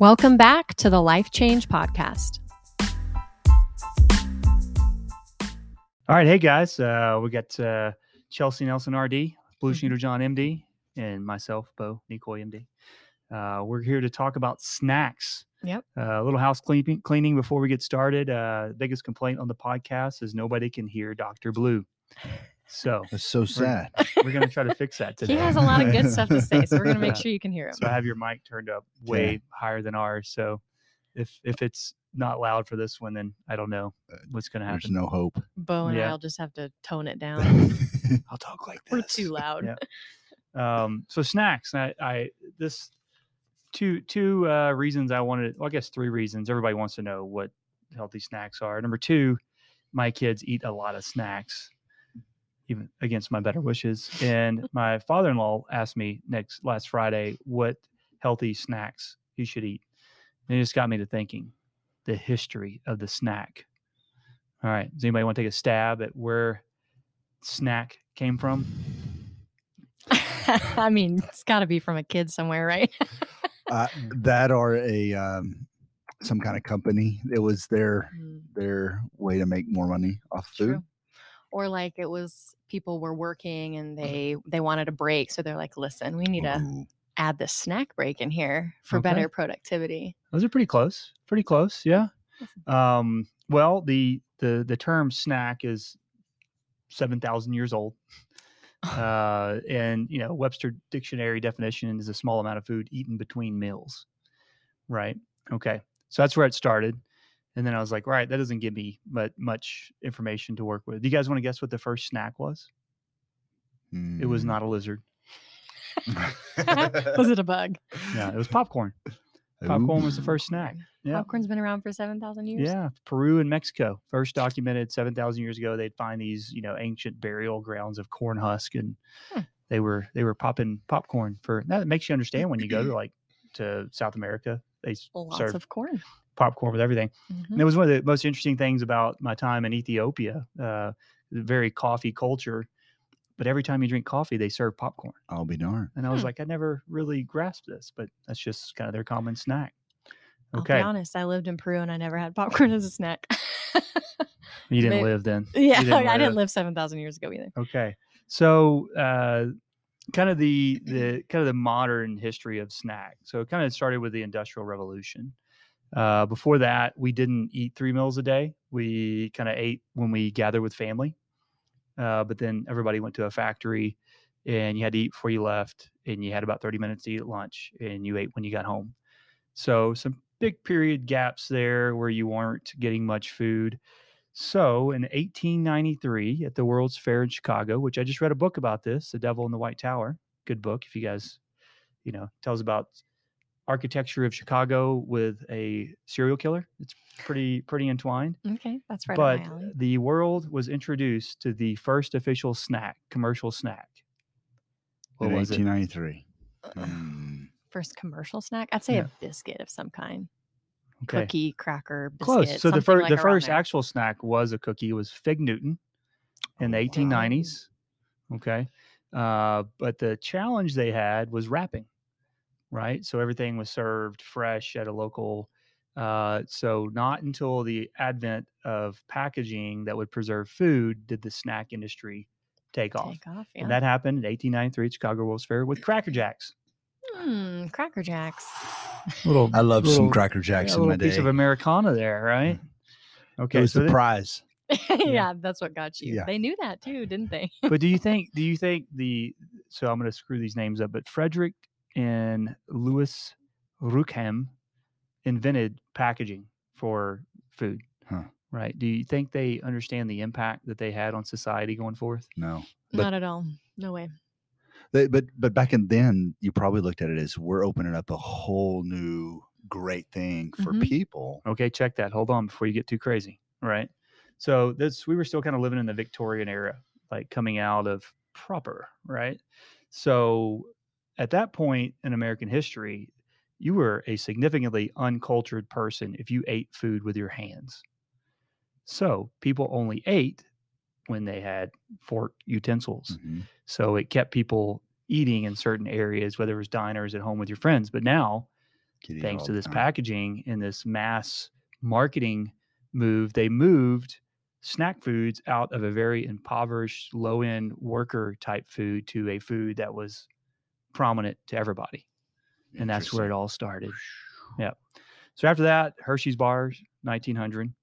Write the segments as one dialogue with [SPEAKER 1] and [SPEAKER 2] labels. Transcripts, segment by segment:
[SPEAKER 1] Welcome back to the Life Change Podcast.
[SPEAKER 2] All right, hey guys, uh, we got uh, Chelsea Nelson, RD, Blue
[SPEAKER 1] Mm-hmm.
[SPEAKER 2] Shooter John, MD, and myself, Bo Nicoy, MD. Uh, we're here to talk about snacks.
[SPEAKER 1] Yep.
[SPEAKER 2] Uh, a little house cleaning, cleaning before we get started. Uh, biggest complaint on the podcast is nobody can hear Doctor Blue. So
[SPEAKER 3] That's so sad.
[SPEAKER 2] we're gonna try to fix that today.
[SPEAKER 1] He has a lot of good stuff to say, so we're going to make
[SPEAKER 2] Yeah.
[SPEAKER 1] sure you can hear him.
[SPEAKER 2] So I have your mic turned up
[SPEAKER 3] Yeah.
[SPEAKER 2] way higher than ours. So if if it's not loud for this one, then I don't know what's gonna
[SPEAKER 3] There's
[SPEAKER 2] happen.
[SPEAKER 3] no hope.
[SPEAKER 1] Bo and
[SPEAKER 2] Yeah.
[SPEAKER 1] I'll just have to tone it down.
[SPEAKER 3] That's
[SPEAKER 2] I'll talk like
[SPEAKER 1] We're
[SPEAKER 2] this.
[SPEAKER 1] too loud.
[SPEAKER 2] Yeah. um so snacks I, I this two two uh reasons i wanted well, i guess three reasons everybody wants to know what healthy snacks are number two my kids eat a lot of snacks even against my better wishes and my father-in-law asked me next last friday what healthy snacks he should eat and it just got me to thinking the history of the snack all right does anybody want to take a stab at where snack came from
[SPEAKER 1] I mean, it's got to be from a kid somewhere, right?
[SPEAKER 3] uh, that are a um, some kind of company. It was their
[SPEAKER 2] Mm-hmm.
[SPEAKER 3] their way to make more money off food.
[SPEAKER 1] True. Or like it was people were working
[SPEAKER 2] Mm-hmm.
[SPEAKER 1] and they they wanted a break, so they're like, "Listen, we need to
[SPEAKER 3] Ooh,
[SPEAKER 1] add this snack break in here for
[SPEAKER 2] Okay.
[SPEAKER 1] better productivity."
[SPEAKER 2] Those are pretty close. Pretty close, yeah. Um, well, the the the term snack is seven thousand years old, uh, and you know Webster Dictionary definition is a small amount of food eaten between meals, right? Okay, so that's where it started, and then I was like, right, that doesn't give me mu- much information to work with. Do you guys want to guess what the first snack was? It was
[SPEAKER 3] mm.
[SPEAKER 2] not a lizard.
[SPEAKER 1] was it a bug?
[SPEAKER 2] Yeah, it was popcorn. Popcorn was the first snack. Yeah.
[SPEAKER 1] Popcorn's been around for seven thousand years.
[SPEAKER 2] Yeah, Peru and Mexico. First documented 7,000 years ago, they'd find these, you know, ancient burial grounds of corn husk and
[SPEAKER 1] Hmm.
[SPEAKER 2] they were they were popping popcorn for that makes you understand when you go to like to South America, they s-
[SPEAKER 1] Lots
[SPEAKER 2] serve
[SPEAKER 1] of corn.
[SPEAKER 2] popcorn with everything.
[SPEAKER 1] Mhm.
[SPEAKER 2] And it was one of the most interesting things about my time in Ethiopia, uh very coffee culture. But every time you drink coffee, they serve popcorn.
[SPEAKER 3] I'll be darned.
[SPEAKER 2] And I was
[SPEAKER 1] Hmm.
[SPEAKER 2] like, I never really grasped this, but that's just kind of their common snack.
[SPEAKER 1] I'll
[SPEAKER 2] Okay.
[SPEAKER 1] be honest, I lived in Peru and I never had popcorn as a snack.
[SPEAKER 2] You didn't
[SPEAKER 1] May-
[SPEAKER 2] live then. You
[SPEAKER 1] yeah, I
[SPEAKER 2] live.
[SPEAKER 1] didn't live seven thousand years ago either.
[SPEAKER 2] Okay. So uh kind of the the kind of the modern history of snack. So it kind of started with the industrial revolution. Uh before that, we didn't eat three meals a day. We kind of ate when we gathered with family. Uh but then everybody went to a factory and you had to eat before you left and you had about 30 minutes to eat at lunch and you ate when you got home. So some big period gaps there where you weren't getting much food. So in 1893, at the World's Fair in Chicago, which I just read a book about this, The Devil in the White Tower. Good book if you guys, you know, tells about architecture of Chicago with a serial killer. It's pretty pretty entwined.
[SPEAKER 1] Okay, that's right.
[SPEAKER 2] but
[SPEAKER 1] up my alley.
[SPEAKER 2] the world was introduced to the first official snack, commercial snack. What
[SPEAKER 3] in
[SPEAKER 2] was it?
[SPEAKER 3] 1893. Mm,
[SPEAKER 1] First commercial snack, I'd say
[SPEAKER 2] Yeah.
[SPEAKER 1] a biscuit of some kind,
[SPEAKER 2] Okay.
[SPEAKER 1] cookie, cracker, biscuit.
[SPEAKER 2] Close. So the
[SPEAKER 1] something
[SPEAKER 2] first
[SPEAKER 1] like
[SPEAKER 2] the
[SPEAKER 1] around
[SPEAKER 2] first
[SPEAKER 1] there.
[SPEAKER 2] actual snack was a cookie. was Fig Newton in the
[SPEAKER 3] Oh, wow.
[SPEAKER 2] 1890s. Okay. Uh, but the challenge they had was wrapping, right? So everything was served fresh at a local. Uh, so not until the advent of packaging that would preserve food did the snack industry take off.
[SPEAKER 1] Take off, yeah.
[SPEAKER 2] And that happened in 1893 at Chicago World's Fair with Cracker Jacks.
[SPEAKER 1] Mm, Cracker Jacks.
[SPEAKER 2] Little,
[SPEAKER 3] I love
[SPEAKER 2] little-
[SPEAKER 3] some Cracker
[SPEAKER 2] yeah,
[SPEAKER 3] Jacks
[SPEAKER 2] a
[SPEAKER 3] in my
[SPEAKER 2] little
[SPEAKER 3] day. Mm.
[SPEAKER 2] piece of Americana there, right? Okay,
[SPEAKER 3] it was
[SPEAKER 2] so
[SPEAKER 3] the
[SPEAKER 2] then-
[SPEAKER 3] prize.
[SPEAKER 1] yeah. that's what got you.
[SPEAKER 3] Yeah.
[SPEAKER 1] They knew that too, didn't they?
[SPEAKER 2] but do you think do you think the so I'm going to screw these names up, but Frederick and Louis Ruckham invented packaging for food.
[SPEAKER 3] Huh.
[SPEAKER 2] Right? Do you think they understand the impact that they had on society going forth?
[SPEAKER 3] No. But-
[SPEAKER 1] Not at all. No way.
[SPEAKER 3] They, but but back in then, you probably looked at it as we're opening up a whole new great thing for
[SPEAKER 1] Mhm.
[SPEAKER 3] people.
[SPEAKER 2] Okay, check that. Hold on before you get too crazy. Right? So this we were still kind of living in the Victorian era, like coming out of proper, right? So at that point in American history, you were a significantly uncultured person if you ate food with your hands. So people only ate when they had fork utensils.
[SPEAKER 3] Mhm.
[SPEAKER 2] So it kept people eating in certain areas, whether it was diners at home with your friends. But now
[SPEAKER 3] Kitty
[SPEAKER 2] thanks
[SPEAKER 3] all
[SPEAKER 2] to
[SPEAKER 3] the uh,
[SPEAKER 2] this
[SPEAKER 3] time.
[SPEAKER 2] packaging and this mass marketing move, they moved snack foods out of a very impoverished, low end worker type food to a food that was prominent to everybody. And that's where it all started. Yep. So after that, Hershey's Bars, 1900,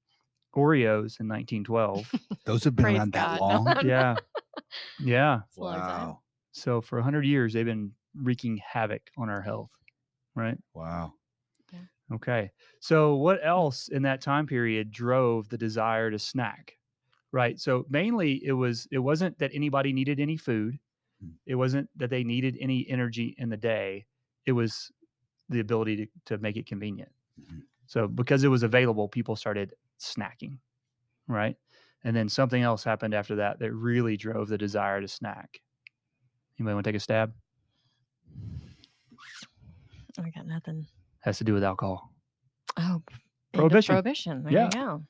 [SPEAKER 2] Oreos in 1912.
[SPEAKER 3] Those have been
[SPEAKER 1] Praise
[SPEAKER 3] around
[SPEAKER 1] God.
[SPEAKER 3] that long.
[SPEAKER 2] yeah. Yeah.
[SPEAKER 1] It's a long time.
[SPEAKER 3] Wow.
[SPEAKER 2] So for 100 years, they've been wreaking havoc on our health, right?
[SPEAKER 3] Wow.
[SPEAKER 2] Okay. So, what else in that time period drove the desire to snack? Right. So, mainly it was it wasn't that anybody needed any food.
[SPEAKER 3] Mm.
[SPEAKER 2] It wasn't that they needed any energy in the day. It was the ability to, to make it convenient.
[SPEAKER 3] Mhm.
[SPEAKER 2] So, because it was available, people started snacking. Right. And then something else happened after that that really drove the desire to snack. Anybody want to take a stab?
[SPEAKER 1] I got nothing.
[SPEAKER 2] Has to do with alcohol.
[SPEAKER 1] Oh, p- end of
[SPEAKER 2] Prohibition.
[SPEAKER 1] Prohibition. There
[SPEAKER 2] Yeah.
[SPEAKER 1] you go.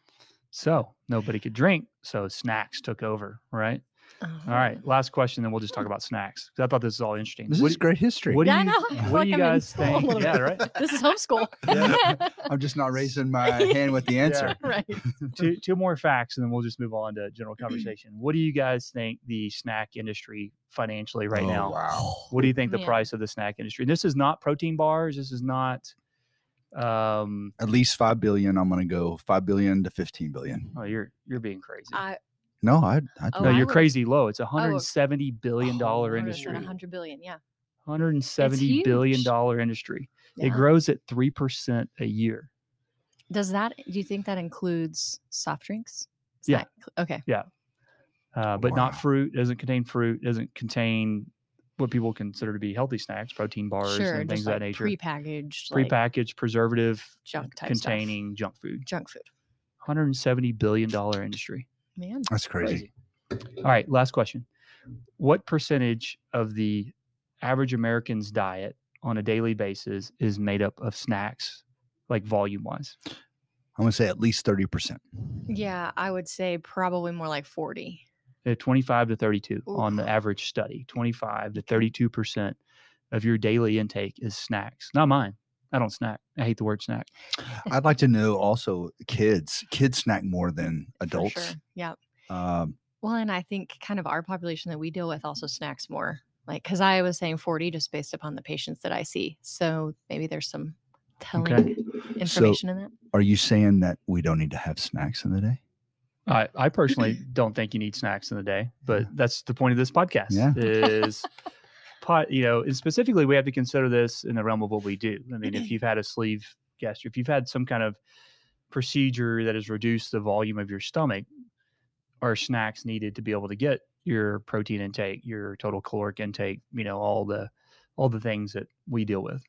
[SPEAKER 2] So nobody could drink. So snacks took over, right? All right. Last question, then we'll just talk about snacks. 'cause I thought this was all interesting.
[SPEAKER 3] This
[SPEAKER 2] what
[SPEAKER 3] is
[SPEAKER 2] do-
[SPEAKER 3] great history.
[SPEAKER 2] What do
[SPEAKER 1] Yeah, I
[SPEAKER 2] you,
[SPEAKER 1] know. I feel
[SPEAKER 2] what
[SPEAKER 1] like
[SPEAKER 2] do you
[SPEAKER 1] I'm in
[SPEAKER 2] guys
[SPEAKER 1] school a
[SPEAKER 2] think?
[SPEAKER 1] little
[SPEAKER 2] Yeah,
[SPEAKER 1] bit.
[SPEAKER 2] right.
[SPEAKER 1] Uh-huh. This is homeschool.
[SPEAKER 3] Yeah. I'm just not raising my hand with the answer.
[SPEAKER 1] right.
[SPEAKER 2] two, two more facts, and then we'll just move on to general conversation. What do you guys think the snack industry financially right
[SPEAKER 3] Oh,
[SPEAKER 2] now?
[SPEAKER 3] Wow.
[SPEAKER 2] What do you think the
[SPEAKER 1] Man.
[SPEAKER 2] price of the snack industry? This is not protein bars. This is not. Um.
[SPEAKER 3] At least five billion. I'm gonna go five billion to fifteen billion.
[SPEAKER 2] Oh, you're you're being crazy.
[SPEAKER 1] I,
[SPEAKER 3] No, I. I
[SPEAKER 1] Oh, I
[SPEAKER 2] no, you're
[SPEAKER 1] would- Oh,
[SPEAKER 2] crazy low. It's a 170 billion
[SPEAKER 3] Oh,
[SPEAKER 2] dollar
[SPEAKER 3] I
[SPEAKER 1] Or
[SPEAKER 3] would've
[SPEAKER 1] is it
[SPEAKER 2] industry.
[SPEAKER 1] 100 billion. Yeah.
[SPEAKER 2] 170 billion
[SPEAKER 1] huge.
[SPEAKER 2] dollar industry.
[SPEAKER 1] yeah.
[SPEAKER 2] It grows at three percent a year.
[SPEAKER 1] Does that, do you think that includes soft drinks? Is
[SPEAKER 2] Yeah.
[SPEAKER 1] that cl- okay.
[SPEAKER 2] uh, but
[SPEAKER 3] Wow.
[SPEAKER 2] not fruit. Doesn't contain fruit. Doesn't contain what people consider to be healthy snacks, protein bars,
[SPEAKER 1] sure.
[SPEAKER 2] and
[SPEAKER 1] just
[SPEAKER 2] things
[SPEAKER 1] like
[SPEAKER 2] of that nature.
[SPEAKER 1] Prepackaged. like,
[SPEAKER 2] Prepackaged, preservative,
[SPEAKER 1] junk type stuff.
[SPEAKER 2] containing junk food.
[SPEAKER 1] junk food.
[SPEAKER 2] 170 billion dollar industry.
[SPEAKER 1] Man.
[SPEAKER 3] That's crazy.
[SPEAKER 2] All right, last question. What percentage of the average American's diet on a daily basis is made up of snacks, like volume wise?
[SPEAKER 3] I'm gonna say at least thirty percent.
[SPEAKER 1] Yeah. I would say probably more like 40.
[SPEAKER 2] at 25 uh, to 32 on the
[SPEAKER 1] Oof.
[SPEAKER 2] average study 25 to 32 percent of your daily intake is snacks not mine i don't snack i hate the word snack
[SPEAKER 3] I'd like to know also kids. Kids snack more than
[SPEAKER 1] for
[SPEAKER 3] adults.
[SPEAKER 1] Sure. Yeah.
[SPEAKER 3] Um,
[SPEAKER 1] Well, and I think kind of our population that we deal with also snacks more. Like, because I was saying 40 just based upon the patients that I see. So maybe there's some telling information in that.
[SPEAKER 3] are you saying that we don't need to have snacks in the day?
[SPEAKER 2] i, I personally don't think you need snacks in the day but
[SPEAKER 3] Yeah.
[SPEAKER 2] that's the point of this podcast
[SPEAKER 3] Yeah.
[SPEAKER 2] is pot you know and specifically we have to consider this in the realm of what we do i mean if you've had a sleeve gastro if you've had some kind of procedure that has reduced the volume of your stomach are snacks needed to be able to get your protein intake your total caloric intake you know all the all the things that we deal with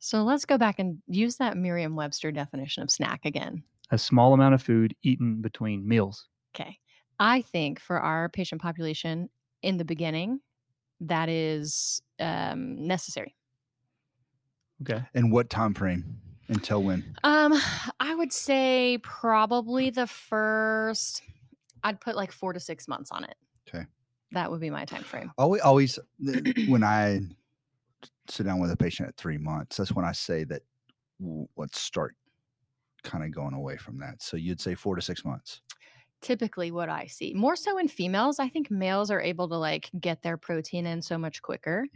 [SPEAKER 1] So let's go back and use that Merriam Webster definition of snack again.
[SPEAKER 2] a small amount of food eaten between meals
[SPEAKER 1] Okay. I think for our patient population in the beginning, that is um, necessary.
[SPEAKER 2] okay
[SPEAKER 3] And what time frame? Until when?
[SPEAKER 1] Um, I would say probably the first. I'd put like four to six months on it.
[SPEAKER 3] 'Kay.
[SPEAKER 1] That would be my time frame.
[SPEAKER 3] Always, always th- when I sit down with a patient at three months, that's when I say that w- let's start kind of going away from that. So you'd say four to six months.
[SPEAKER 1] Typically, what I see more so in females, I think males are able to like get their protein in so much quicker.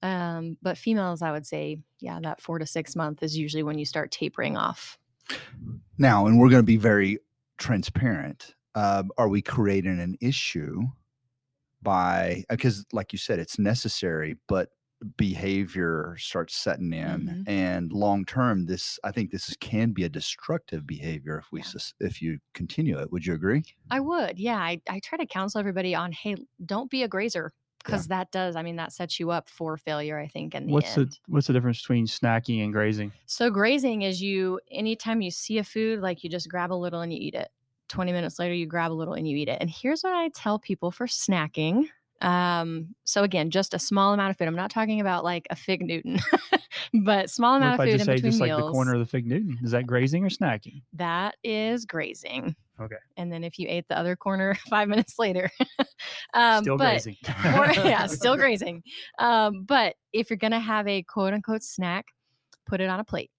[SPEAKER 1] Um, but females, I would say, yeah, that four to six month is usually when you start tapering off.
[SPEAKER 3] Now, and we're going to be very transparent. Uh, are we creating an issue by because, like you said, it's necessary, but behavior starts setting in,
[SPEAKER 1] Mhm.
[SPEAKER 3] and long term, this I think this is, can be a destructive behavior if we
[SPEAKER 1] Yeah.
[SPEAKER 3] sus- if you continue it. Would you agree?
[SPEAKER 1] I would, yeah. I, I try to counsel everybody on, hey, don't be a grazer because that does. I mean, that sets you up for failure. I think in the
[SPEAKER 2] what's
[SPEAKER 1] end.
[SPEAKER 2] the what's the difference between snacking and grazing
[SPEAKER 1] So grazing is you anytime you see a food, like you just grab a little and you eat it. 20 minutes later, you grab a little and you eat it. And here's what I tell people for snacking. Um, so again, just a small amount of food. I'm not talking about like a fig Newton, but small
[SPEAKER 2] What
[SPEAKER 1] amount
[SPEAKER 2] if
[SPEAKER 1] of
[SPEAKER 2] I
[SPEAKER 1] food
[SPEAKER 2] just
[SPEAKER 1] in
[SPEAKER 2] say
[SPEAKER 1] between
[SPEAKER 2] just like
[SPEAKER 1] meals.
[SPEAKER 2] the corner of the fig Newton? Is that grazing or snacking?
[SPEAKER 1] That is grazing.
[SPEAKER 2] Okay.
[SPEAKER 1] And then if you ate the other corner five minutes later, um,
[SPEAKER 2] Still
[SPEAKER 1] but-
[SPEAKER 2] grazing.
[SPEAKER 1] or yeah, still grazing. Um, but if you're gonna have a quote unquote snack, put it on a plate.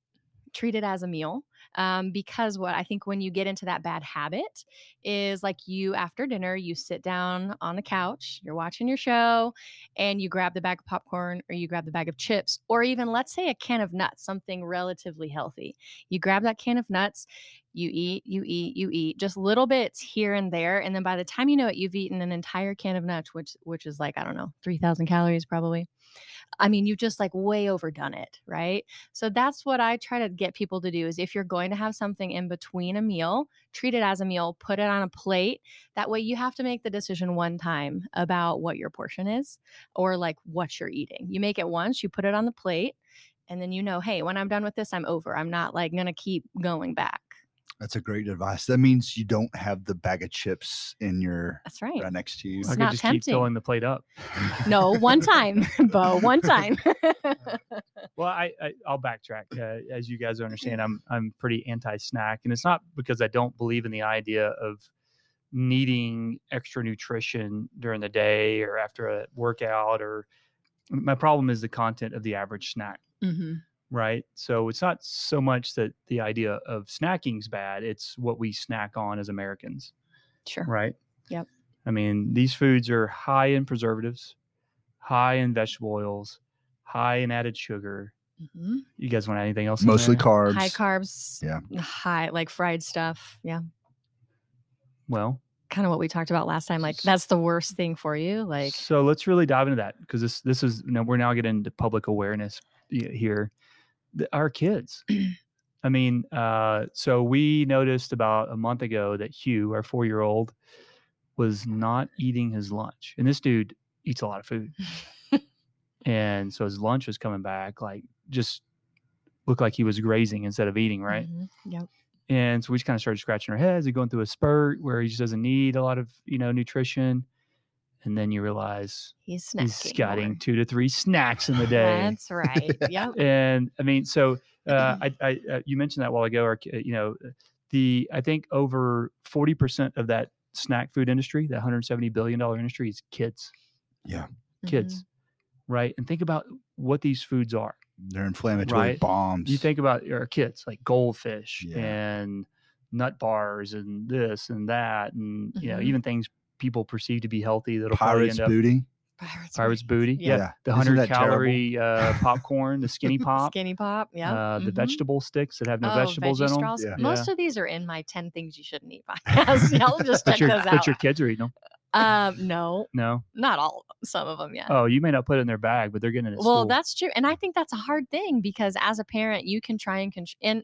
[SPEAKER 1] treat it as a meal um, because what I think when you get into that bad habit is like you after dinner, you sit down on the couch, you're watching your show, and you grab the bag of popcorn or you grab the bag of chips or even let's say a can of nuts, something relatively healthy. You grab that can of nuts, you eat, you eat, you eat, just little bits here and there, and then by the time you know it, you've eaten an entire can of nuts, which which is like I don't know, three thousand calories probably. I mean, you've just like way overdone it, right? So that's what I try to get people to do is if you're going to have something in between a meal, treat it as a meal, put it on a plate. That way you have to make the decision one time about what your portion is or like what you're eating. You make it once, you put it on the plate, and then you know, hey, when I'm done with this, I'm over. I'm not like going to keep going back.
[SPEAKER 3] That's a great advice. That means you don't have the bag of chips in your
[SPEAKER 1] That's right.
[SPEAKER 3] right next to you.
[SPEAKER 1] It's
[SPEAKER 2] I could
[SPEAKER 1] not
[SPEAKER 2] just
[SPEAKER 1] tempting.
[SPEAKER 2] keep filling the plate up.
[SPEAKER 1] No, one time, Bo, one time.
[SPEAKER 2] Well, I, I I'll backtrack. Uh, as you guys understand, I'm I'm pretty anti-snack, and it's not because I don't believe in the idea of needing extra nutrition during the day or after a workout. Or my problem is the content of the average snack,
[SPEAKER 1] mm-hmm.
[SPEAKER 2] right? So it's not so much that the idea of snacking's bad; it's what we snack on as Americans.
[SPEAKER 1] Sure.
[SPEAKER 2] right?
[SPEAKER 1] Yep.
[SPEAKER 2] I mean, these foods are high in preservatives, high in vegetable oils, high in added sugar.
[SPEAKER 1] Mhm.
[SPEAKER 2] You guys want anything else? in
[SPEAKER 3] Mostly
[SPEAKER 2] there?
[SPEAKER 3] carbs.
[SPEAKER 1] High carbs.
[SPEAKER 3] Yeah.
[SPEAKER 1] High, like fried stuff. Yeah.
[SPEAKER 2] Well,
[SPEAKER 1] Kind of what we talked about last time. Like, that's the worst thing for you. Like,
[SPEAKER 2] so let's really dive into that because this this is you know, we're now getting into public awareness y- here. The- our kids. I mean, uh, so we noticed about a month ago that Hugh, our four year old, was not eating his lunch, and this dude eats a lot of food. and so his lunch was coming back like just looked like he was grazing instead of eating right
[SPEAKER 1] Mhm. Yep.
[SPEAKER 2] and so we just kind of started scratching our heads and going through a spurt where he just doesn't need a lot of you know nutrition and then you realize
[SPEAKER 1] He's snacking.
[SPEAKER 2] he's getting
[SPEAKER 1] more.
[SPEAKER 2] two to three snacks in the day
[SPEAKER 1] That's right. Yep.
[SPEAKER 2] and i mean so uh, I, I uh, you mentioned that a while ago or uh, you know the i think over 40% of that snack food industry that 170 billion dollar industry is kids
[SPEAKER 1] Mm-hmm.
[SPEAKER 2] kids right and think about what these foods are
[SPEAKER 3] They're inflammatory
[SPEAKER 2] Right.
[SPEAKER 3] bombs.
[SPEAKER 2] you think about our kids like goldfish
[SPEAKER 3] Yeah.
[SPEAKER 2] and nut bars and this and that and you know
[SPEAKER 1] Mhm.
[SPEAKER 2] even things people perceive to be healthy that'll probably
[SPEAKER 3] pirates
[SPEAKER 2] end up
[SPEAKER 3] booty?
[SPEAKER 1] Mhm. Pirates,
[SPEAKER 2] pirates
[SPEAKER 1] Bay.
[SPEAKER 2] booty yeah,
[SPEAKER 1] Yeah.
[SPEAKER 2] the
[SPEAKER 3] Isn't
[SPEAKER 2] 100
[SPEAKER 3] that terrible?
[SPEAKER 2] calorie uh, popcorn the skinny pop
[SPEAKER 1] Skinny pop. Yeah.
[SPEAKER 2] uh, the
[SPEAKER 1] Mhm.
[SPEAKER 2] vegetable sticks that have no
[SPEAKER 1] Oh,
[SPEAKER 2] vegetables in
[SPEAKER 1] veggie
[SPEAKER 2] them
[SPEAKER 1] straws.
[SPEAKER 3] Yeah.
[SPEAKER 1] Most of these are in my 10 things you shouldn't eat podcast. Y'all just
[SPEAKER 2] but
[SPEAKER 1] check
[SPEAKER 2] your,
[SPEAKER 1] those
[SPEAKER 2] but
[SPEAKER 1] out.
[SPEAKER 2] your kids are eating them
[SPEAKER 1] Um, no,
[SPEAKER 2] no
[SPEAKER 1] not all of them. Some of them, yeah.
[SPEAKER 2] oh you may not put it in their bag but they're getting it at
[SPEAKER 1] Uh, well
[SPEAKER 2] school.
[SPEAKER 1] that's true and i think that's a hard thing because as a parent you can try and control and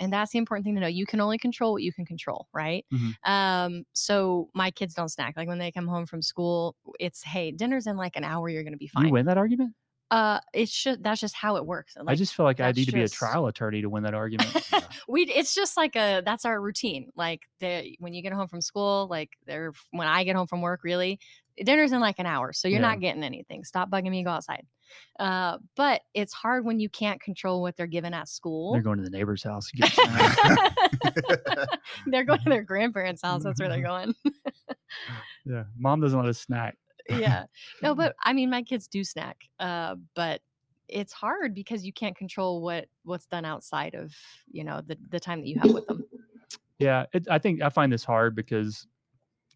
[SPEAKER 1] and that's the important thing to know you can only control what you can control right
[SPEAKER 2] Mhm.
[SPEAKER 1] um so my kids don't snack like when they come home from school it's hey dinner's in like an hour you're gonna be fine
[SPEAKER 2] you win that argument
[SPEAKER 1] uh it's just that's just how it works And,
[SPEAKER 2] i
[SPEAKER 1] like,
[SPEAKER 2] just feel like i
[SPEAKER 1] that's
[SPEAKER 2] need to be a
[SPEAKER 1] just-
[SPEAKER 2] trial attorney to win that argument
[SPEAKER 1] we it's just like a that's our routine like the when you get home from school like they're when i get home from work really dinner's in like an hour so you're
[SPEAKER 2] Yeah.
[SPEAKER 1] not getting anything stop bugging me go outside uh, but it's hard when you can't control what they're given at school
[SPEAKER 2] they're going to the neighbor's house to get snacked.
[SPEAKER 1] they're going to their grandparents house that's where they're going
[SPEAKER 2] yeah mom doesn't let us snack
[SPEAKER 1] yeah no but i mean my kids do snack uh, but it's hard because you can't control what what's done outside of you know the, the time that you have with them
[SPEAKER 2] Yeah, it, I think I find this hard because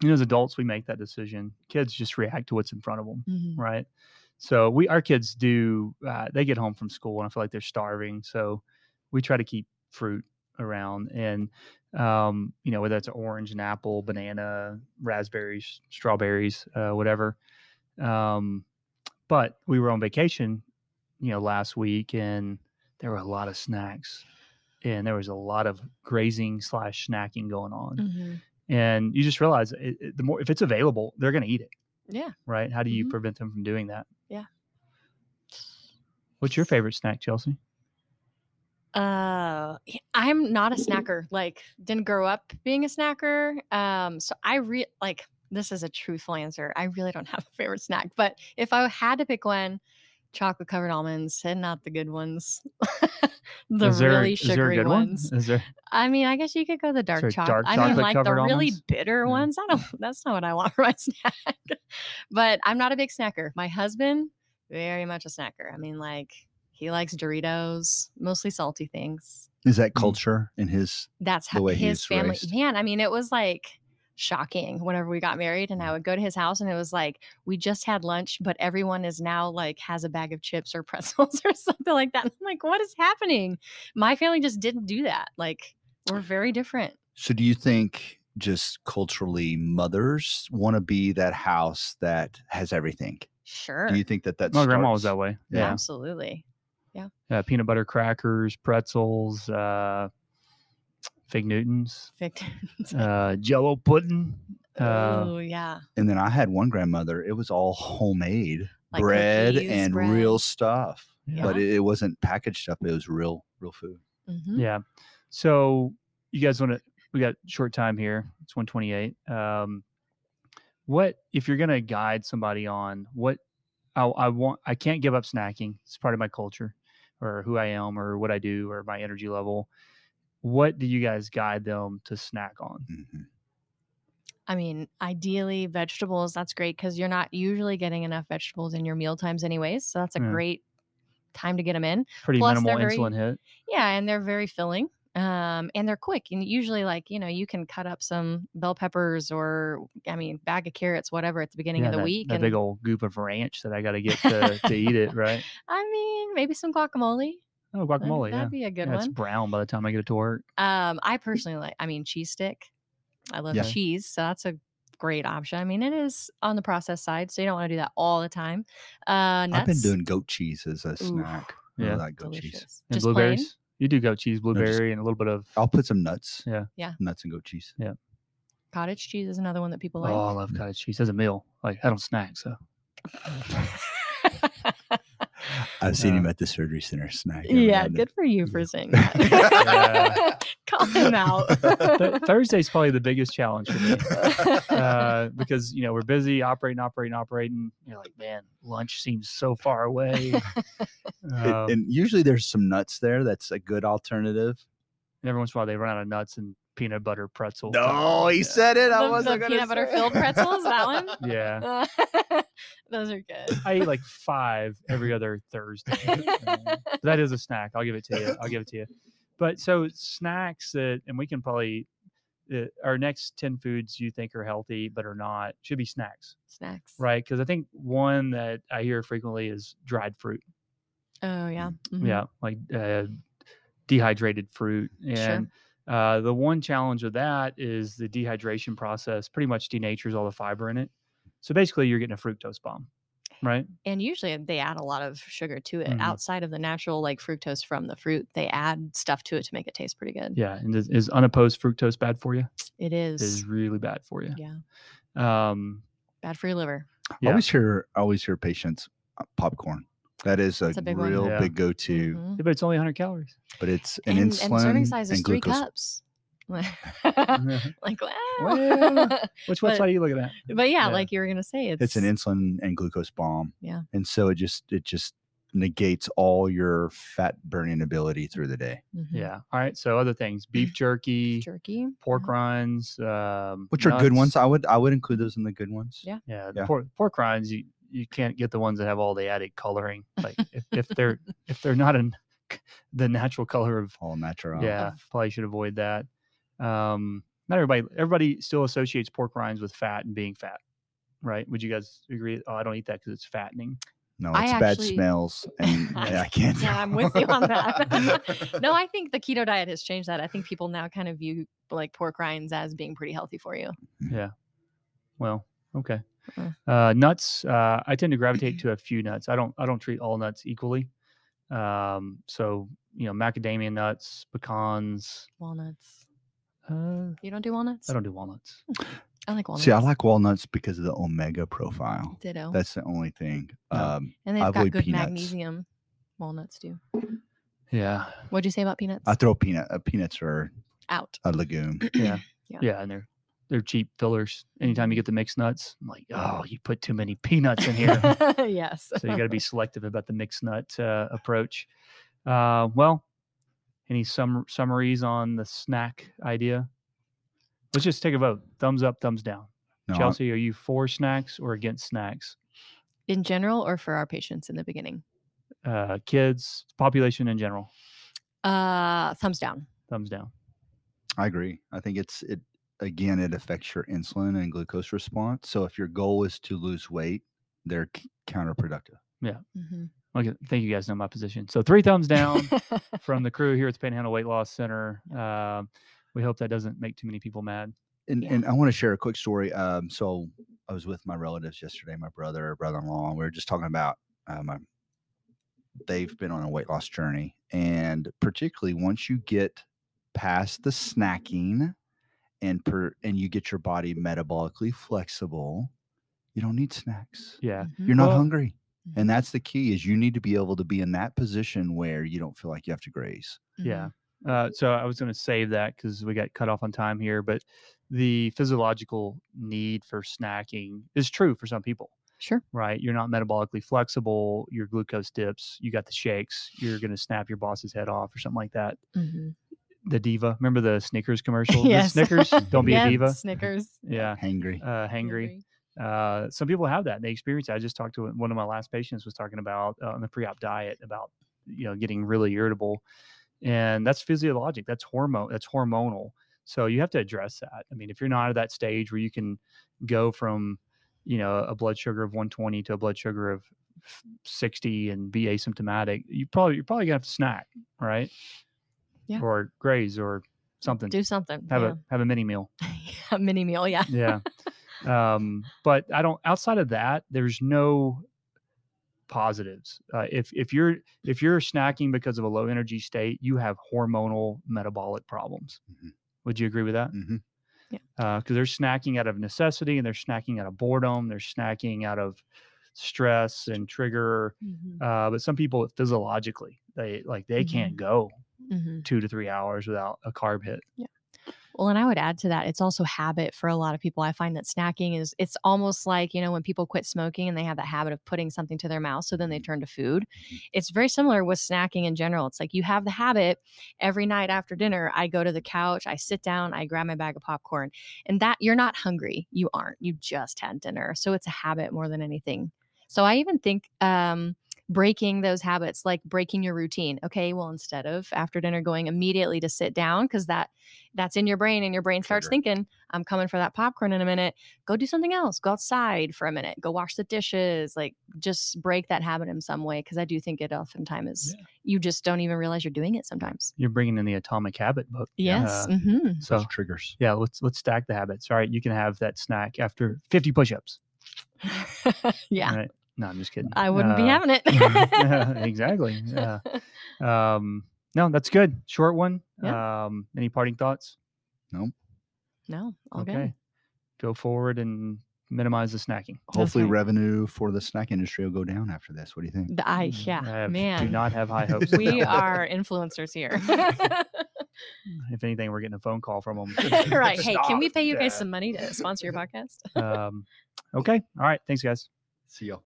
[SPEAKER 2] you know, as adults we make that decision. Kids just react to what's in front of them,
[SPEAKER 1] Mm-hmm.
[SPEAKER 2] right? So we our kids do. Uh, they get home from school and I feel like they're starving, so we try to keep fruit around and um you know whether that's an orange an apple banana raspberries strawberries uh whatever um but we were on vacation you know last week and there were a lot of snacks and there was a lot of grazing slash snacking going on
[SPEAKER 1] hmm
[SPEAKER 2] and you just realize it, it- the more if it's available they're going to eat it
[SPEAKER 1] yeah
[SPEAKER 2] right how do you
[SPEAKER 1] Mhm.
[SPEAKER 2] prevent them from doing that
[SPEAKER 1] Yeah.
[SPEAKER 2] what's your favorite snack chelsea
[SPEAKER 1] Uh, y- I'm not a snacker. Like, didn't grow up being a snacker. Um, so I re like this is a truthful answer. I really don't have a favorite snack, but if I had to pick one, chocolate covered almonds and not the good ones, the
[SPEAKER 2] is there,
[SPEAKER 1] really
[SPEAKER 2] is there a
[SPEAKER 1] sugary
[SPEAKER 2] good one?
[SPEAKER 1] ones.
[SPEAKER 2] is there
[SPEAKER 1] I mean, I guess you could go the dark
[SPEAKER 2] Sorry,
[SPEAKER 1] chocolate.
[SPEAKER 2] dark
[SPEAKER 1] I mean, like the
[SPEAKER 2] chocolate-covered
[SPEAKER 1] really
[SPEAKER 2] almonds?
[SPEAKER 1] bitter
[SPEAKER 2] Yeah.
[SPEAKER 1] ones. I don't. That's not what I want for my snack. but I'm not a big snacker. My husband, very much a snacker. I mean, like He likes Doritos, mostly salty things.
[SPEAKER 3] Is
[SPEAKER 2] Mm.
[SPEAKER 3] that culture in his?
[SPEAKER 1] That's
[SPEAKER 3] The
[SPEAKER 1] how
[SPEAKER 3] way he
[SPEAKER 1] his
[SPEAKER 3] was
[SPEAKER 1] family.
[SPEAKER 3] raised.
[SPEAKER 1] Man, I mean, it was like shocking whenever we got married, and I would go to his house, and it was like we just had lunch, but everyone is now like has a bag of chips or pretzels or something like that. And I'm like, what is happening? My family just didn't do that. Like we're very different.
[SPEAKER 3] So do you think just culturally mothers want to be that house that has everything?
[SPEAKER 1] Sure,
[SPEAKER 3] Do you think that that's
[SPEAKER 2] My grandma was that way.
[SPEAKER 3] Yeah.
[SPEAKER 1] absolutely.
[SPEAKER 2] Uh, peanut butter crackers, pretzels, uh, fig Newtons, uh, Jello pudding. Uh,
[SPEAKER 1] oh yeah,
[SPEAKER 3] And then I had one grandmother, it was all homemade
[SPEAKER 1] Like
[SPEAKER 3] bread
[SPEAKER 1] cookies,
[SPEAKER 3] and
[SPEAKER 1] bread.
[SPEAKER 3] real stuff. But
[SPEAKER 1] Yeah.
[SPEAKER 3] it, it wasn't packaged stuff, it was real, real food.
[SPEAKER 1] Mhm.
[SPEAKER 2] yeah. So you guys want to? We got short time here. It's one twenty-eight. Um, what if you're gonna guide somebody on what? I, I want. I can't give up snacking. It's part of my culture, or who I am, or what I do, or my energy level. What do you guys guide them to snack on?
[SPEAKER 3] Mhm.
[SPEAKER 1] I mean, ideally vegetables, that's great because you're not usually getting enough vegetables in your meal times anyways. So that's a
[SPEAKER 2] Yeah.
[SPEAKER 1] great time to get them in.
[SPEAKER 2] Pretty
[SPEAKER 1] Plus,
[SPEAKER 2] minimal
[SPEAKER 1] they're very-
[SPEAKER 2] insulin hit.
[SPEAKER 1] Yeah, and they're very filling. Um, and they're quick. And usually like, you know, you can cut up some bell peppers or I mean, bag of carrots, whatever at the beginning of the
[SPEAKER 2] that,
[SPEAKER 1] week.
[SPEAKER 2] that
[SPEAKER 1] and
[SPEAKER 2] big old goop of ranch that I got to get to, to eat it, right?
[SPEAKER 1] I mean, maybe some guacamole.
[SPEAKER 2] Oh,
[SPEAKER 1] That'd-
[SPEAKER 2] guacamole. yeah.
[SPEAKER 1] That'd be a good
[SPEAKER 2] yeah, it's
[SPEAKER 1] one.
[SPEAKER 2] brown by the time I get it to work.
[SPEAKER 1] Um, I personally like, I mean, cheese stick. I love
[SPEAKER 3] Yeah.
[SPEAKER 1] cheese, so that's a great option. I mean, it is on the processed side, so you don't want to do that all the time. Uh, nuts,
[SPEAKER 3] I've been doing goat cheese as a snack. I really
[SPEAKER 2] Yeah.
[SPEAKER 3] like goat
[SPEAKER 1] delicious.
[SPEAKER 3] cheese.
[SPEAKER 2] And
[SPEAKER 1] Just
[SPEAKER 2] blueberries.
[SPEAKER 1] plain.
[SPEAKER 2] You do goat cheese,
[SPEAKER 3] just-
[SPEAKER 2] blueberry, and a little bit of.
[SPEAKER 3] I'll put some nuts.
[SPEAKER 2] Yeah.
[SPEAKER 1] Yeah.
[SPEAKER 3] Nuts and goat cheese.
[SPEAKER 1] Cottage cheese is another one that people like.
[SPEAKER 2] Oh, I love cottage cheese as a meal. Like I don't snack, so
[SPEAKER 3] I've seen
[SPEAKER 2] Uh,
[SPEAKER 3] him at the surgery center snack. every now
[SPEAKER 1] yeah,
[SPEAKER 3] and then.
[SPEAKER 1] good for you for saying
[SPEAKER 3] Yeah.
[SPEAKER 1] that. Call him out.
[SPEAKER 2] Th- Thursday's probably the biggest challenge for me uh, because you know we're busy operating, operating, operating. You're like, man, lunch seems so far away.
[SPEAKER 3] It-
[SPEAKER 2] Um, and
[SPEAKER 3] and usually there's some nuts there. That's a good alternative.
[SPEAKER 2] every once in a while, they run out of nuts and peanut butter pretzel.
[SPEAKER 3] No, he
[SPEAKER 2] yeah.
[SPEAKER 3] said it. I
[SPEAKER 1] The-
[SPEAKER 3] wasn't
[SPEAKER 1] the
[SPEAKER 3] gonna
[SPEAKER 1] peanut butter
[SPEAKER 3] say
[SPEAKER 1] filled
[SPEAKER 3] it.
[SPEAKER 1] pretzels, that one?
[SPEAKER 2] Yeah,
[SPEAKER 1] Those are good.
[SPEAKER 2] I eat like five every other Thursday. Um, that is a snack. I'll give it to you. I'll give it to you. But so snacks that, and we can probably uh, our next ten foods you think are healthy but are not should be snacks,
[SPEAKER 1] Snacks.
[SPEAKER 2] right? Because I think one that I hear frequently is dried fruit.
[SPEAKER 1] Oh yeah.
[SPEAKER 2] Yeah, like uh, dehydrated fruit. And uh, the one challenge with that is the dehydration process pretty much denatures all the fiber in it. So basically, you're getting a fructose bomb, right?
[SPEAKER 1] and usually they add a lot of sugar to it
[SPEAKER 2] Mhm.
[SPEAKER 1] outside of the natural like fructose from the fruit they add stuff to it to make it taste pretty good
[SPEAKER 2] Yeah, and is, is unopposed fructose bad for you?
[SPEAKER 1] it
[SPEAKER 2] It
[SPEAKER 1] is
[SPEAKER 2] Is really bad for you.
[SPEAKER 1] yeah
[SPEAKER 2] Um,
[SPEAKER 1] bad for your liver
[SPEAKER 3] I
[SPEAKER 2] Yeah.
[SPEAKER 3] always hear, I always hear patients uh, popcorn. That is a,
[SPEAKER 1] That's a big one.
[SPEAKER 3] real
[SPEAKER 2] Yeah.
[SPEAKER 3] big go-to,
[SPEAKER 1] Mhm.
[SPEAKER 2] yeah, but it's only 100 calories.
[SPEAKER 3] but it's an
[SPEAKER 1] and, and
[SPEAKER 3] insulin
[SPEAKER 1] serving size is
[SPEAKER 3] and
[SPEAKER 1] three
[SPEAKER 3] glucose.
[SPEAKER 1] cups like wow
[SPEAKER 2] Mm-hmm. Well. Which
[SPEAKER 1] But-
[SPEAKER 2] website are you looking at?
[SPEAKER 1] but yeah,
[SPEAKER 2] Yeah.
[SPEAKER 1] like you were gonna say it's,
[SPEAKER 3] It's an insulin and glucose bomb.
[SPEAKER 1] Yeah.
[SPEAKER 3] And so it just it just negates all your fat burning ability through the day,
[SPEAKER 1] mhm,
[SPEAKER 2] Yeah. All right. So other things: beef jerky,
[SPEAKER 1] jerky Mm-hmm.
[SPEAKER 2] pork
[SPEAKER 1] yeah.
[SPEAKER 2] rinds, um,
[SPEAKER 3] which are good
[SPEAKER 2] nuts.
[SPEAKER 3] ones. I would I would include those in the good ones.
[SPEAKER 1] Yeah.
[SPEAKER 2] Yeah, the
[SPEAKER 3] Yeah.
[SPEAKER 2] Pork, pork rinds. You you can't get the ones that have all the added coloring. Like if, if they're if they're not in the natural color of
[SPEAKER 3] All natural.
[SPEAKER 2] yeah,
[SPEAKER 1] Of-
[SPEAKER 2] probably should avoid that. Um, not everybody. Everybody still associates pork rinds with fat and being fat, right? Would you guys agree? Oh, I don't eat that because it's fattening.
[SPEAKER 3] No,
[SPEAKER 1] I
[SPEAKER 3] it's
[SPEAKER 1] actually-
[SPEAKER 3] bad smells, and yeah, I can't.
[SPEAKER 1] Yeah, I'm with you on that. no i think the keto diet has changed that i think people now kind of view like pork rinds as being pretty healthy for you
[SPEAKER 2] Well, okay.
[SPEAKER 1] Mm.
[SPEAKER 2] Uh, nuts. Uh, I tend to gravitate to a few nuts. I don't. I don't treat all nuts equally. Um, so you know, macadamia nuts, pecans.
[SPEAKER 1] walnuts
[SPEAKER 2] Uh,
[SPEAKER 1] you don't do walnuts
[SPEAKER 2] I don't do walnuts.
[SPEAKER 1] I like walnuts Mm.
[SPEAKER 3] See, I like walnuts because of the omega profile.
[SPEAKER 1] ditto
[SPEAKER 3] That's the only thing.
[SPEAKER 2] No.
[SPEAKER 3] Um,
[SPEAKER 1] And they've
[SPEAKER 3] I
[SPEAKER 1] got
[SPEAKER 3] avoid
[SPEAKER 1] good
[SPEAKER 3] peanuts.
[SPEAKER 1] magnesium. Walnuts do.
[SPEAKER 2] Hmm. Yeah.
[SPEAKER 1] What'd you say about peanuts?
[SPEAKER 3] I throw peanut. Uh, peanuts are
[SPEAKER 1] Out.
[SPEAKER 3] a legume.
[SPEAKER 2] Yeah.
[SPEAKER 1] Yeah.
[SPEAKER 2] Yeah, and they're they're cheap fillers. Anytime you get the mixed nuts, I'm like, oh, you put too many peanuts in here.
[SPEAKER 1] yes.
[SPEAKER 2] so you got to be selective about the mixed nut uh, approach. Uh, well, any sum- summaries on the snack idea? Let's just take a vote. Thumbs up, thumbs down.
[SPEAKER 3] No, I'm-
[SPEAKER 2] Chelsea, are you for snacks or against snacks?
[SPEAKER 1] in general or for our patients in the beginning.
[SPEAKER 2] uh, kids, population in general?
[SPEAKER 1] Uh, thumbs down.
[SPEAKER 2] Thumbs down.
[SPEAKER 3] I agree. I think it's it again. It affects your insulin and glucose response. So if your goal is to lose weight, they're c- counterproductive.
[SPEAKER 1] Mhm.
[SPEAKER 2] Okay, I think you guys know my position. So three thumbs down from the crew here at the Panhandle Weight Loss Center. Um, we hope that doesn't make too many people mad.
[SPEAKER 3] And
[SPEAKER 1] Yeah.
[SPEAKER 3] and I want to share a quick story. Um, so I was with my relatives yesterday, my brother, brother-in-law, and we were just talking about uh, my. They've been on a weight loss journey, and particularly once you get past the snacking, and per and you get your body metabolically flexible, you don't need snacks.
[SPEAKER 2] Yeah.
[SPEAKER 1] Mhm.
[SPEAKER 3] You're not
[SPEAKER 2] Well- Mm-hmm.
[SPEAKER 3] hungry.
[SPEAKER 1] Mhm.
[SPEAKER 3] And that's the key is you need to be able to be in that position where you don't feel like you have to graze.
[SPEAKER 1] Mm-hmm.
[SPEAKER 2] Yeah. Uh, so I was going to save that because we got cut off on time here, but the physiological need for snacking is true for some people,
[SPEAKER 1] Sure.
[SPEAKER 2] right? You're not metabolically flexible. Your glucose dips. You got the shakes. You're going to snap your boss's head off or something like that.
[SPEAKER 1] Mhm.
[SPEAKER 2] The diva. Remember the Snickers commercial? The
[SPEAKER 1] Yes.
[SPEAKER 2] Snickers. Don't be
[SPEAKER 1] Yeah,
[SPEAKER 2] a diva.
[SPEAKER 1] Snickers.
[SPEAKER 2] Yeah.
[SPEAKER 3] Hangry.
[SPEAKER 2] Uh, hangry. uh, some people have that. They experience. It. I just talked to one of my last patients was talking about uh, on the pre-op diet about you know getting really irritable, and that's physiologic. That's hormone. That's hormonal. So you have to address that. I mean, if you're not at that stage where you can go from you know a blood sugar of 120 to a blood sugar of 60 and be asymptomatic, you probably you're probably gonna have to snack, right?
[SPEAKER 1] Yeah.
[SPEAKER 2] Or graze or something.
[SPEAKER 1] Do something.
[SPEAKER 2] have
[SPEAKER 1] yeah.
[SPEAKER 2] a have a mini meal.
[SPEAKER 1] a mini meal. Yeah.
[SPEAKER 2] yeah um but i don't outside of that there's no positives uh, if if you're if you're snacking because of a low energy state you have hormonal metabolic problems
[SPEAKER 3] Mhm.
[SPEAKER 2] would you agree with that
[SPEAKER 3] Mhm.
[SPEAKER 2] because they're snacking out of necessity and they're snacking out of boredom they're snacking out of stress and trigger
[SPEAKER 1] Mhm.
[SPEAKER 2] uh, but some people physiologically they like they can't go
[SPEAKER 1] Mhm.
[SPEAKER 2] two to three hours without a carb hit
[SPEAKER 1] Well, and I would add to that, it's also habit for a lot of people. I find that snacking is, it's almost like, you know, when people quit smoking and they have that habit of putting something to their mouth. So
[SPEAKER 2] Mm-hmm.
[SPEAKER 1] then they turn to food. It's very similar with snacking in general. It's like you have the habit every night after dinner, I go to the couch, I sit down, I grab my bag of popcorn, and that you're not hungry. You aren't. You just had dinner. So it's a habit more than anything. So I even think, um, breaking those habits like breaking your routine okay well instead of after dinner going immediately to sit down because that that's in your brain and your brain starts
[SPEAKER 3] Trigger.
[SPEAKER 1] thinking i'm coming for that popcorn in a minute go do something else go outside for a minute go wash the dishes like just break that habit in some way because i do think it oftentimes is you just don't even realize you're doing it sometimes
[SPEAKER 2] you're bringing in the atomic habit book
[SPEAKER 1] yes
[SPEAKER 2] uh,
[SPEAKER 1] hmm
[SPEAKER 2] so
[SPEAKER 3] Those triggers.
[SPEAKER 2] Yeah, let's let's stack the habits. All right, you can have that snack after 50 push-ups.
[SPEAKER 1] yeah
[SPEAKER 2] Right? No, I'm just kidding.
[SPEAKER 1] i wouldn't be
[SPEAKER 2] Uh,
[SPEAKER 1] having it
[SPEAKER 2] exactly. Yeah. Um, no, that's good. Short one. Um, any parting thoughts?
[SPEAKER 1] no all good
[SPEAKER 2] Go forward and minimize the snacking.
[SPEAKER 3] Hopefully
[SPEAKER 1] right.
[SPEAKER 3] revenue for the snack industry will go down after this. What do you think?
[SPEAKER 1] The- I,
[SPEAKER 2] Mm,
[SPEAKER 1] yeah
[SPEAKER 2] I have- do
[SPEAKER 1] Ah, man
[SPEAKER 2] not have high hopes. for
[SPEAKER 1] we
[SPEAKER 2] that one.
[SPEAKER 1] are influencers here
[SPEAKER 2] If anything, we're getting a phone call from them.
[SPEAKER 1] right hey can we
[SPEAKER 2] Stop
[SPEAKER 1] pay you guys
[SPEAKER 2] that.
[SPEAKER 1] some money to sponsor your podcast
[SPEAKER 2] Um, okay. All right. Thanks, guys.
[SPEAKER 3] See y'all.